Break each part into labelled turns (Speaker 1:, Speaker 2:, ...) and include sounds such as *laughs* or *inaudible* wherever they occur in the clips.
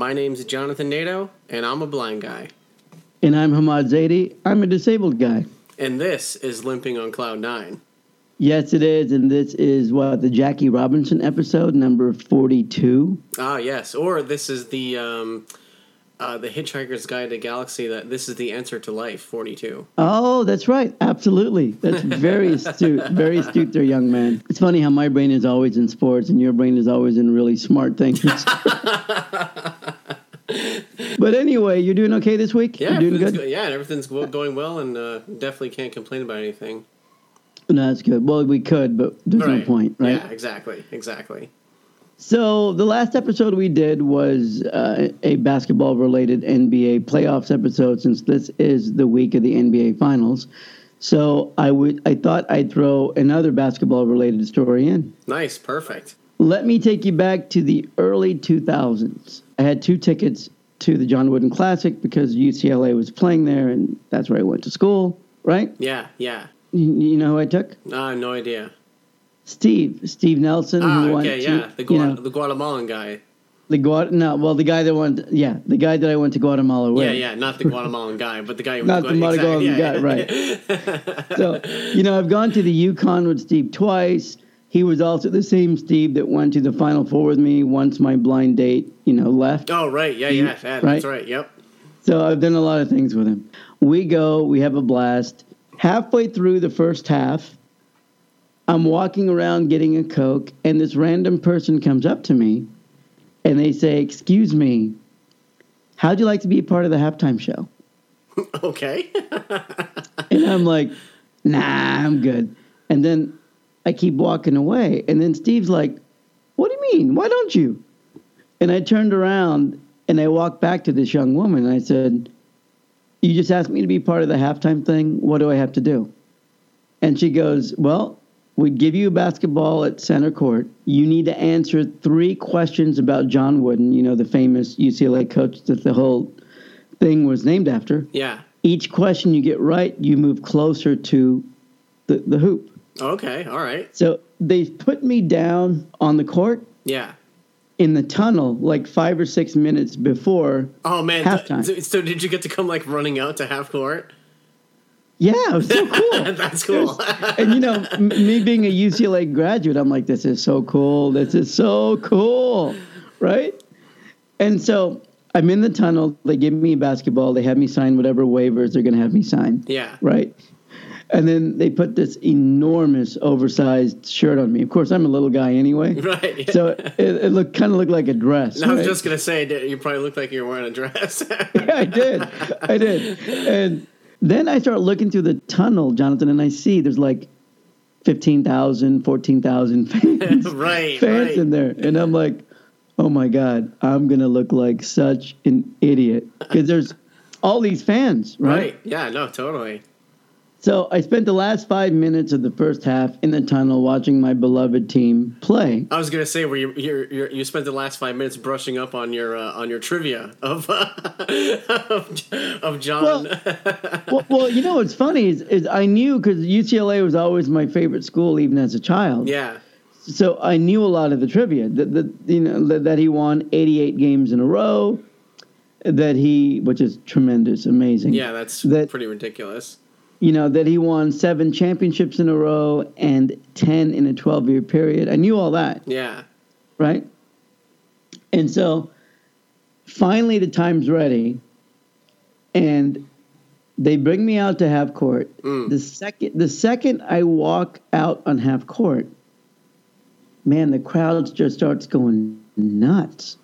Speaker 1: name's Jonathan Nato, and I'm a blind guy.
Speaker 2: And I'm Hamad Zaidi. I'm a disabled guy.
Speaker 1: And this is Limping on Cloud Nine.
Speaker 2: Yes, it is. And this is what the Jackie Robinson episode, number 42.
Speaker 1: Ah, yes. Or this is the um, uh, the Hitchhiker's Guide to Galaxy. That this is the answer to life. Forty two.
Speaker 2: Oh, that's right. Absolutely. That's very astute. Very astute there, young man. It's funny how my brain is always in sports and your brain is always in really smart things. but anyway, you're doing okay this week?
Speaker 1: Yeah,
Speaker 2: you're doing
Speaker 1: everything's go- yeah, and everything's go- going well, and uh, definitely can't complain about anything.
Speaker 2: No, that's good. Well, we could, but there's no point, right?
Speaker 1: Yeah, exactly, exactly.
Speaker 2: So the last episode we did was uh, a basketball-related NBA playoffs episode, since this is the week of the NBA Finals. So I would, I thought I'd throw another basketball-related story in.
Speaker 1: Nice, perfect.
Speaker 2: Let me take you back to the early 2000s. I had two tickets to the John Wooden Classic because UCLA was playing there, and that's where I went to school. Right?
Speaker 1: Yeah, yeah.
Speaker 2: You you know who I took?
Speaker 1: Uh, no idea.
Speaker 2: Steve, Steve Nelson,
Speaker 1: Ah,
Speaker 2: who won
Speaker 1: okay,
Speaker 2: two-
Speaker 1: yeah. The,
Speaker 2: you
Speaker 1: Gua-
Speaker 2: know.
Speaker 1: the Guatemalan guy.
Speaker 2: The Guat no, well, the guy that went, yeah, the guy that I went to Guatemala with.
Speaker 1: Yeah, yeah, not the Guatemalan guy, but the guy who
Speaker 2: Not the Guatemalan
Speaker 1: guy, *laughs* right?
Speaker 2: So you know, I've gone to the Yukon with Steve twice. He was also the same Steve that went to the Final Four with me once my blind date, you know, left.
Speaker 1: oh, right, yeah, yeah, yeah, that's right. Yep. *laughs*
Speaker 2: So I've done a lot of things with him. We go, we have a blast. Halfway through the first half, I'm walking around getting a Coke, and this random person comes up to me and they say, Excuse me, how'd you like to be a part of the halftime show?
Speaker 1: Okay. *laughs*
Speaker 2: And I'm like, nah, I'm good. And then I keep walking away. And then Steve's like, what do you mean? Why don't you? And I turned around and I walked back to this young woman and I said, You just asked me to be part of the halftime thing. What do I have to do? And she goes, Well, we'd give you a basketball at center court. You need to answer three questions about John Wooden, you know, the famous UCLA coach that the whole thing was named after
Speaker 1: yeah.
Speaker 2: each question you get right, you move closer to the, the hoop.
Speaker 1: Okay. All right.
Speaker 2: So they put me down on the court
Speaker 1: Yeah.
Speaker 2: in the tunnel like five or six minutes before.
Speaker 1: Oh man.
Speaker 2: Halftime.
Speaker 1: So, so did you get to come like running out to half court? *laughs*
Speaker 2: Yeah, it was so cool.
Speaker 1: That's cool.
Speaker 2: and you know, m- me being a UCLA graduate, I'm like, this is so cool. This is so cool. Right? And so I'm in the tunnel. They give me a basketball. They have me sign whatever waivers they're going to have me sign.
Speaker 1: *laughs* yeah.
Speaker 2: right? And then they put this enormous, oversized shirt on me. Of course, I'm a little guy anyway,
Speaker 1: *laughs* Right.
Speaker 2: so it, it looked kind of looked like a dress.
Speaker 1: I was
Speaker 2: right? *laughs*
Speaker 1: just gonna say that you probably look like you're wearing a dress. *laughs*
Speaker 2: I did, I did. And then I start looking through the tunnel, Jonathan, and I see there's like 15,000, 14,000 *laughs* fans,
Speaker 1: *laughs* right.
Speaker 2: fans
Speaker 1: Right.
Speaker 2: in there, and I'm like, oh my god, I'm gonna look like such an idiot because there's all these fans,
Speaker 1: Right. Yeah. No. Totally.
Speaker 2: So I spent the last five minutes of the first half in the tunnel watching my beloved team play.
Speaker 1: I was gonna say where you you you you spent the last five minutes brushing up on your uh, on your trivia of *laughs* of, of John.
Speaker 2: Well, well you know what's funny is, is I knew because UCLA was always my favorite school, even as a child.
Speaker 1: *laughs* yeah.
Speaker 2: So I knew a lot of the trivia that, that you know that, that he won 88 games in a row, that he which is tremendous, amazing.
Speaker 1: Yeah. That's
Speaker 2: That-
Speaker 1: pretty ridiculous.
Speaker 2: You know that he won seven championships in a row and 10 in a 12 year period. I knew all that.
Speaker 1: Yeah.
Speaker 2: right? And so finally the time's ready and they bring me out to half court. The second the second I walk out on half court, man, the crowd just starts going nuts.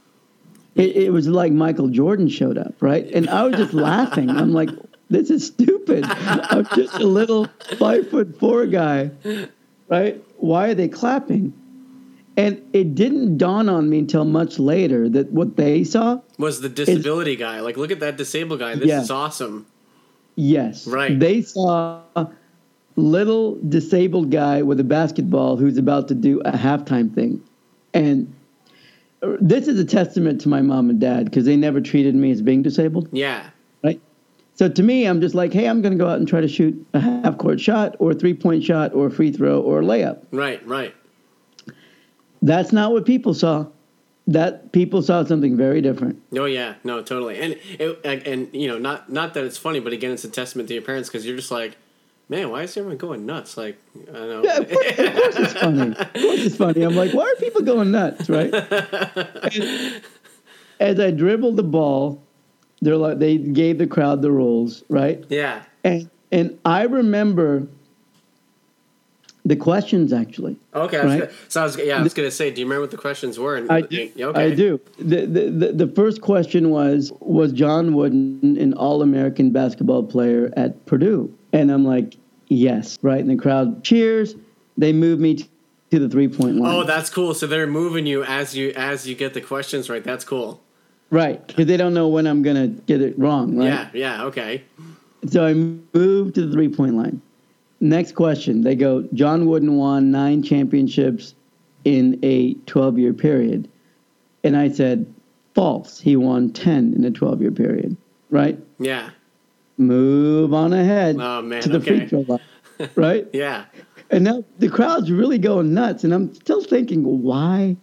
Speaker 2: It, it was like Michael Jordan showed up, right? And I was just laughing. I'm like, this is stupid. I'm just a little five foot four guy, right? Why are they clapping? And it didn't dawn on me until much later that what they saw,
Speaker 1: Was the disability guy like? Look at that disabled guy. This
Speaker 2: Yeah.
Speaker 1: is awesome.
Speaker 2: yes,
Speaker 1: Right.
Speaker 2: They saw a little disabled guy with a basketball who's about to do a halftime thing, and this is a testament to my mom and dad because they never treated me as being disabled,
Speaker 1: Yeah.
Speaker 2: right? So to me, I'm just like, hey, I'm going to go out and try to shoot a half court shot or a three point shot or a free throw or a layup.
Speaker 1: Right. Right.
Speaker 2: That's not what people saw. that people saw something very different.
Speaker 1: Oh yeah, no, totally. And it, and you know, not not that it's funny, but again, it's a testament to your parents because you're just like, man, why is everyone going nuts? Like, I don't know.
Speaker 2: Yeah, of, course, of course it's funny. Of course it's funny. I'm like, why are people going nuts, right? And as I dribbled the ball, they're like, they gave the crowd the rules, right?
Speaker 1: yeah,
Speaker 2: And and I remember the questions actually.
Speaker 1: okay. I was
Speaker 2: Right.
Speaker 1: gonna- so I was yeah, I was gonna say, do you remember what the questions were? And
Speaker 2: I do.
Speaker 1: yeah,
Speaker 2: I do. The, the, the, the first question was Was John Wooden an All American basketball player at Purdue? And I'm like, Yes, right? And the crowd cheers. They move me t- to the three point line.
Speaker 1: Oh, that's cool. So they're moving you as you as you get the questions right. That's cool.
Speaker 2: right. Because they don't know when I'm going to get it wrong, right?
Speaker 1: Yeah, yeah, okay.
Speaker 2: So I moved to the three point line. Next question. They go, John Wooden won nine championships in a 12 year period. And I said, false. He won 10 in a 12 year period, right?
Speaker 1: Yeah.
Speaker 2: Move on ahead
Speaker 1: Oh, man,
Speaker 2: to the
Speaker 1: okay.
Speaker 2: free throw
Speaker 1: *laughs*
Speaker 2: line, right?
Speaker 1: Yeah.
Speaker 2: And now the crowd's really going nuts. And I'm still thinking, why?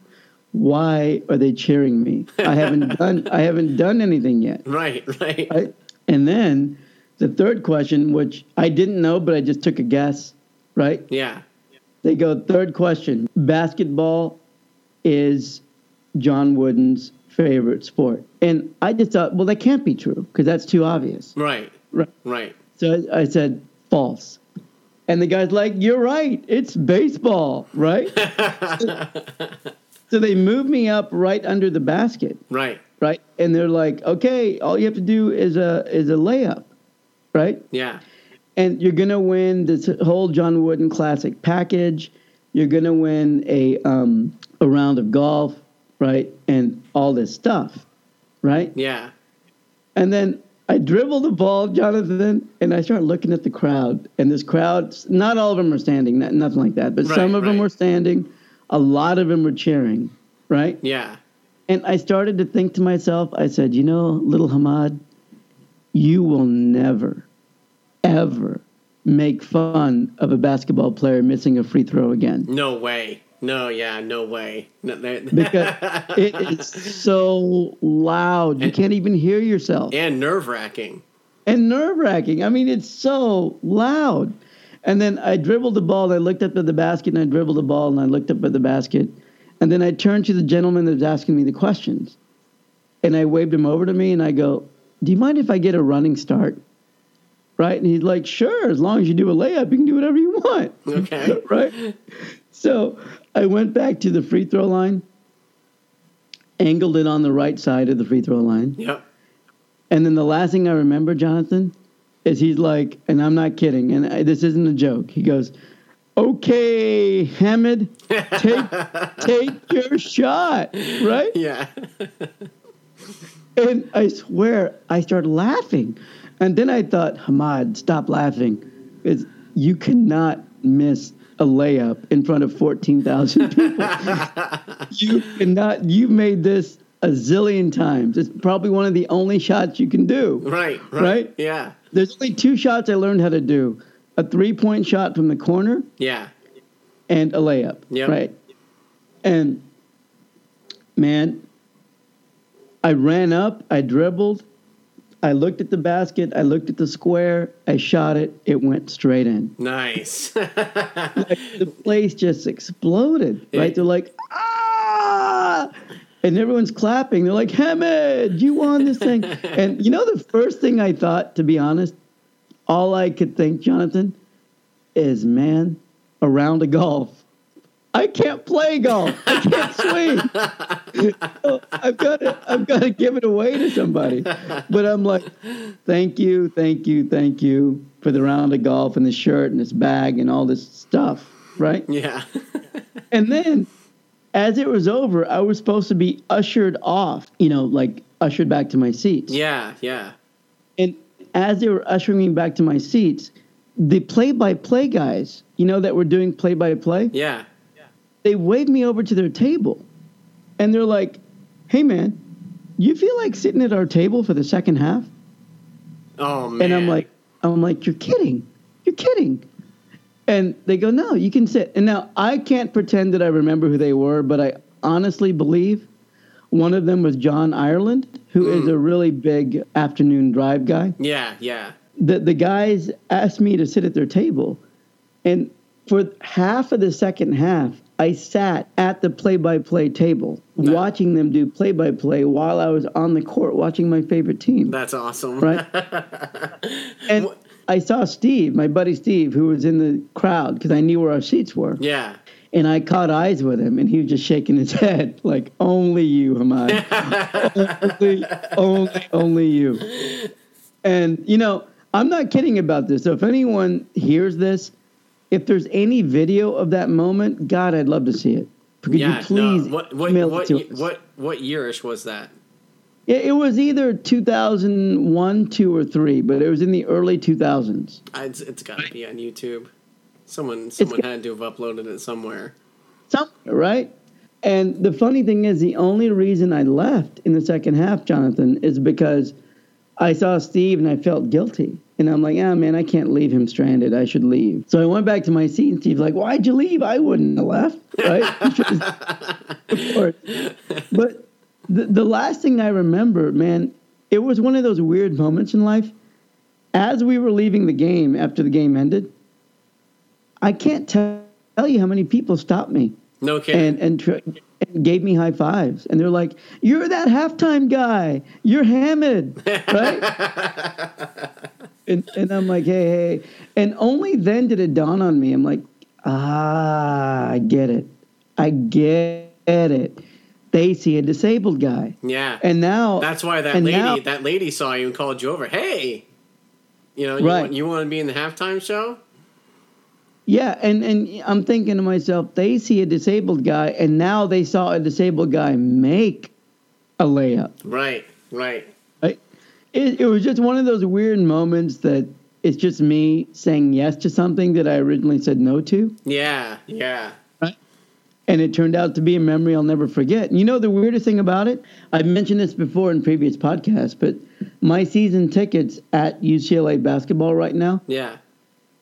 Speaker 2: Why are they cheering me? I
Speaker 1: *laughs*
Speaker 2: haven't done I haven't done anything yet.
Speaker 1: Right, *laughs* right.
Speaker 2: I, and then the third question, which I didn't know, but I just took a guess, right?
Speaker 1: Yeah.
Speaker 2: They go, third question basketball is John Wooden's favorite sport. And I just thought, well, that can't be true because that's too obvious.
Speaker 1: Right.
Speaker 2: Right.
Speaker 1: Right.
Speaker 2: So I I said, false. And the guy's like, you're right, it's baseball, right? so they move me up right under the basket
Speaker 1: Right.
Speaker 2: right? And they're like, okay, all you have to do is a is a layup, right?
Speaker 1: Yeah.
Speaker 2: And you're gonna win this whole John Wooden Classic package. You're gonna win a um, a round of golf, right? And all this stuff, right?
Speaker 1: Yeah.
Speaker 2: And then I dribble the ball, Jonathan, and I start looking at the crowd. And this crowd, not all of them are standing, not, nothing like that, but
Speaker 1: Right,
Speaker 2: some of them
Speaker 1: right.
Speaker 2: were standing. A lot of them were cheering, right?
Speaker 1: Yeah.
Speaker 2: And I started to think to myself, I said, you know, little Hamad, you will never, ever make fun of a basketball player missing a free throw again.
Speaker 1: No way. No, yeah, no way. No, *laughs* that-
Speaker 2: Because it is so loud. You can't even hear yourself.
Speaker 1: and nerve wracking.
Speaker 2: And nerve wracking. I mean, it's so loud. And then I dribbled the ball. I looked up at the basket and I dribbled the ball and I looked up at the basket. And then I turned to the gentleman that was asking me the questions. And I waved him over to me and I go, Do you mind if I get a running start? Right? And he's like, Sure, as long as you do a layup, you can do whatever you want.
Speaker 1: Okay.
Speaker 2: *laughs* right? So I went back to the free throw line, angled it on the right side of the free throw line.
Speaker 1: Yep.
Speaker 2: And then the last thing I remember, Jonathan, is he's like, and I'm not kidding, and I, this isn't a joke. He goes, "Okay, Hamid, take take your shot, right?"
Speaker 1: Yeah. *laughs*
Speaker 2: And I swear, I started laughing, and then I thought, Hamad, stop laughing. It's, you cannot miss a layup in front of fourteen thousand people. you cannot. You've made this a zillion times. It's probably one of the only shots you can do.
Speaker 1: Right. Right.
Speaker 2: Right?
Speaker 1: Yeah.
Speaker 2: There's only two shots I learned how to do: a three-point shot from the corner
Speaker 1: Yeah.
Speaker 2: and a layup.
Speaker 1: Yep.
Speaker 2: Right. And man, I ran up, I dribbled, I looked at the basket, I looked at the square, I shot it. It went straight in.
Speaker 1: Nice. *laughs*
Speaker 2: The place just exploded.
Speaker 1: Yeah.
Speaker 2: Right? They're like, ah. And everyone's clapping. They're like, Hamid, you won this thing. and you know, the first thing I thought, to be honest, all I could think, Jonathan, is man, a round of golf. I can't play golf. I can't swing. So I've got to, I've got to give it away to somebody. But I'm like, thank you, thank you, thank you for the round of golf and the shirt and this bag and all this stuff, right?
Speaker 1: yeah.
Speaker 2: And then as it was over, I was supposed to be ushered off, you know, like ushered back to my seats.
Speaker 1: Yeah. Yeah.
Speaker 2: And as they were ushering me back to my seats, the play by play guys, you know, that were doing play by play,
Speaker 1: Yeah.
Speaker 2: they waved me over to their table. And they're like, hey, man, you feel like sitting at our table for the second half?
Speaker 1: Oh man.
Speaker 2: And I'm like, I'm like, you're kidding. You're kidding. And they go, no, you can sit. And now I can't pretend that I remember who they were, but I honestly believe one of them was John Ireland, who is a really big afternoon drive guy.
Speaker 1: Yeah, yeah.
Speaker 2: The the guys asked me to sit at their table, and for half of the second half, I sat at the play-by-play table
Speaker 1: Wow.
Speaker 2: watching them do play-by-play while I was on the court watching my favorite
Speaker 1: *laughs*
Speaker 2: team.
Speaker 1: That's awesome.
Speaker 2: Right. and I saw Steve, my buddy Steve, who was in the crowd because I knew where our seats were.
Speaker 1: yeah.
Speaker 2: And I caught eyes with him, and he was just shaking his head *laughs* like, "Only you, Hamad. only, only, only you." And you know, I'm not kidding about this. So if anyone hears this, if there's any video of that moment, God, I'd love to see it. Could
Speaker 1: yeah.
Speaker 2: you please
Speaker 1: no. What what
Speaker 2: email
Speaker 1: what,
Speaker 2: it to
Speaker 1: ye-
Speaker 2: us?
Speaker 1: what what yearish was that?
Speaker 2: It, it was either 2001, two, or three, but it was in the early 2000s.
Speaker 1: I- It's, it's got to be on YouTube. Someone someone
Speaker 2: got-
Speaker 1: had to have uploaded it somewhere.
Speaker 2: somewhere, right? And the funny thing is, the only reason I left in the second half, Jonathan, is because I saw Steve and I felt guilty. And I'm like, ah, man, I can't leave him stranded. I should leave. So I went back to my seat, and Steve's like, why'd you leave? I wouldn't have left, right? You should've- of course. But the, the last thing I remember, man, it was one of those weird moments in life. As we were leaving the game after the game ended, I can't tell tell you how many people stopped me
Speaker 1: No kidding.
Speaker 2: and and, tr- and gave me high fives, and they're like, "You're that halftime guy. You're Hamid, right?" and and I'm like, "Hey, hey!" And only then did it dawn on me. I'm like, "Ah, I get it. I get it. They see a disabled guy,
Speaker 1: yeah.
Speaker 2: and now
Speaker 1: That's why that
Speaker 2: and
Speaker 1: lady
Speaker 2: now-
Speaker 1: that lady saw you and called you over. Hey, you know, you,
Speaker 2: Right.
Speaker 1: want, you want to be in the halftime show?
Speaker 2: yeah, and and I'm thinking to myself, they see a disabled guy, and now they saw a disabled guy make a layup."
Speaker 1: Right, right.
Speaker 2: I, it, it was just one of those weird moments that it's just me saying yes to something that I originally said no to.
Speaker 1: Yeah, yeah.
Speaker 2: And it turned out to be a memory I'll never forget. And you know the weirdest thing about it? I've mentioned this before in previous podcasts, but my season tickets at UCLA basketball right now
Speaker 1: Yeah.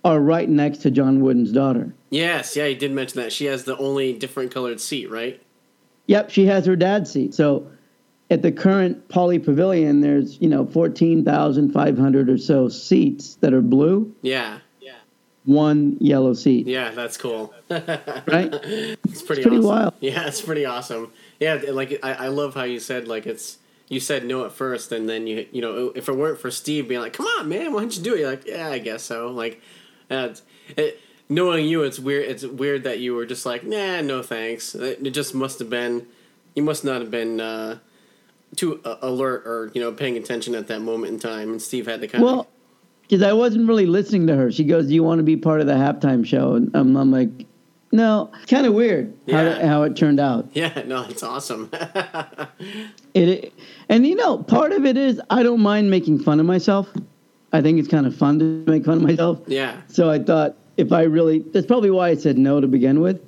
Speaker 2: are right next to John Wooden's daughter.
Speaker 1: Yes, yeah, you did mention that. She has the only different colored seat, right?
Speaker 2: Yep, she has her dad's seat. So at the current Pauley Pavilion, there's, you know, 14,500 or so seats that are blue,
Speaker 1: Yeah. Yeah.
Speaker 2: one yellow seat,
Speaker 1: Yeah, that's cool.
Speaker 2: right?
Speaker 1: It's pretty,
Speaker 2: pretty
Speaker 1: awesome.
Speaker 2: wild.
Speaker 1: Yeah, it's pretty awesome. Yeah, th- like I, I love how you said like it's you said no at first, and then you you know if it weren't for Steve being like, "Come on, man, why don't you do it?" You're like, "Yeah, I guess so." Like, uh, it's- it, knowing you, it's weird. It's weird that you were just like, "Nah, no thanks." Uh, It, it just must have been you must not have been uh, too uh, alert or you know paying attention at that moment in time, and Steve had to kind
Speaker 2: Well,
Speaker 1: of
Speaker 2: because I wasn't really listening to her. She goes, "Do you want to be part of the halftime show?" And I'm, I'm like, "No." Kind of weird
Speaker 1: Yeah.
Speaker 2: how how it turned out.
Speaker 1: *laughs* yeah, no, it's awesome. *laughs*
Speaker 2: It, it and you know part of it is I don't mind making fun of myself. I think it's kind of fun to make fun of myself.
Speaker 1: yeah,
Speaker 2: So I thought if I really, that's probably why I said no to begin with,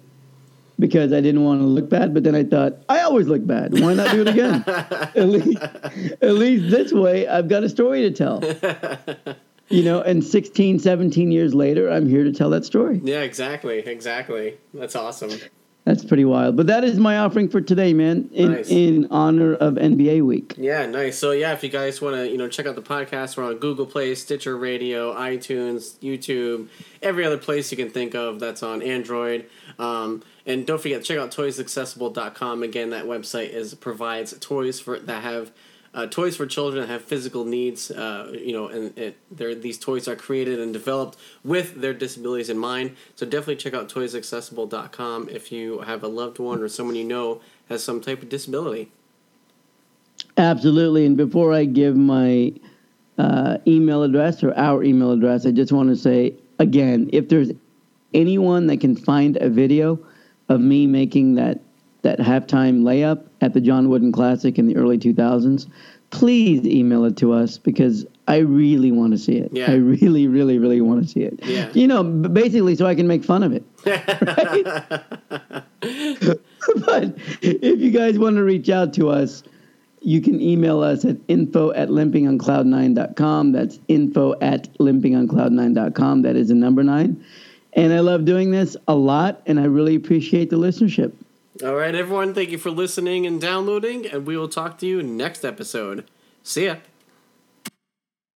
Speaker 2: because I didn't want to look bad. But then I thought I always look bad. Why not do it again? at least, at least this way, I've got a story to tell. You know, and 16, 17 years later, I'm here to tell that story.
Speaker 1: yeah, exactly, exactly. That's awesome.
Speaker 2: That's pretty wild. But that is my offering for today, man, in,
Speaker 1: Nice.
Speaker 2: in honor of NBA week.
Speaker 1: Yeah, nice. So yeah, if you guys want to, you know, check out the podcast, we're on Google Play, Stitcher Radio, iTunes, YouTube, every other place you can think of that's on Android. Um, and don't forget, check out toysaccessible.com. Again, that website is provides toys for that have uh, toys for children that have physical needs. Uh, you know, and it, they're- these toys are created and developed with their disabilities in mind. So definitely check out toysaccessible.com if you have a loved one or someone you know has some type of disability.
Speaker 2: Absolutely. And before I give my uh, email address or our email address, I just want to say again if there's anyone that can find a video of me making that, that halftime layup at the John Wooden Classic in the early 2000s, please email it to us because I really want to see it.
Speaker 1: Yeah.
Speaker 2: I really, really, really want to see it.
Speaker 1: Yeah.
Speaker 2: You know, b- basically, so I can make fun of it. *laughs* but if you guys want to reach out to us, you can email us at info at limpingoncloud9.com. That's info at limpingoncloud9.com. That is the number nine. And I love doing this a lot, and I really appreciate the listenership.
Speaker 1: All right, everyone, thank you for listening and downloading, and we will talk to you next episode. See ya.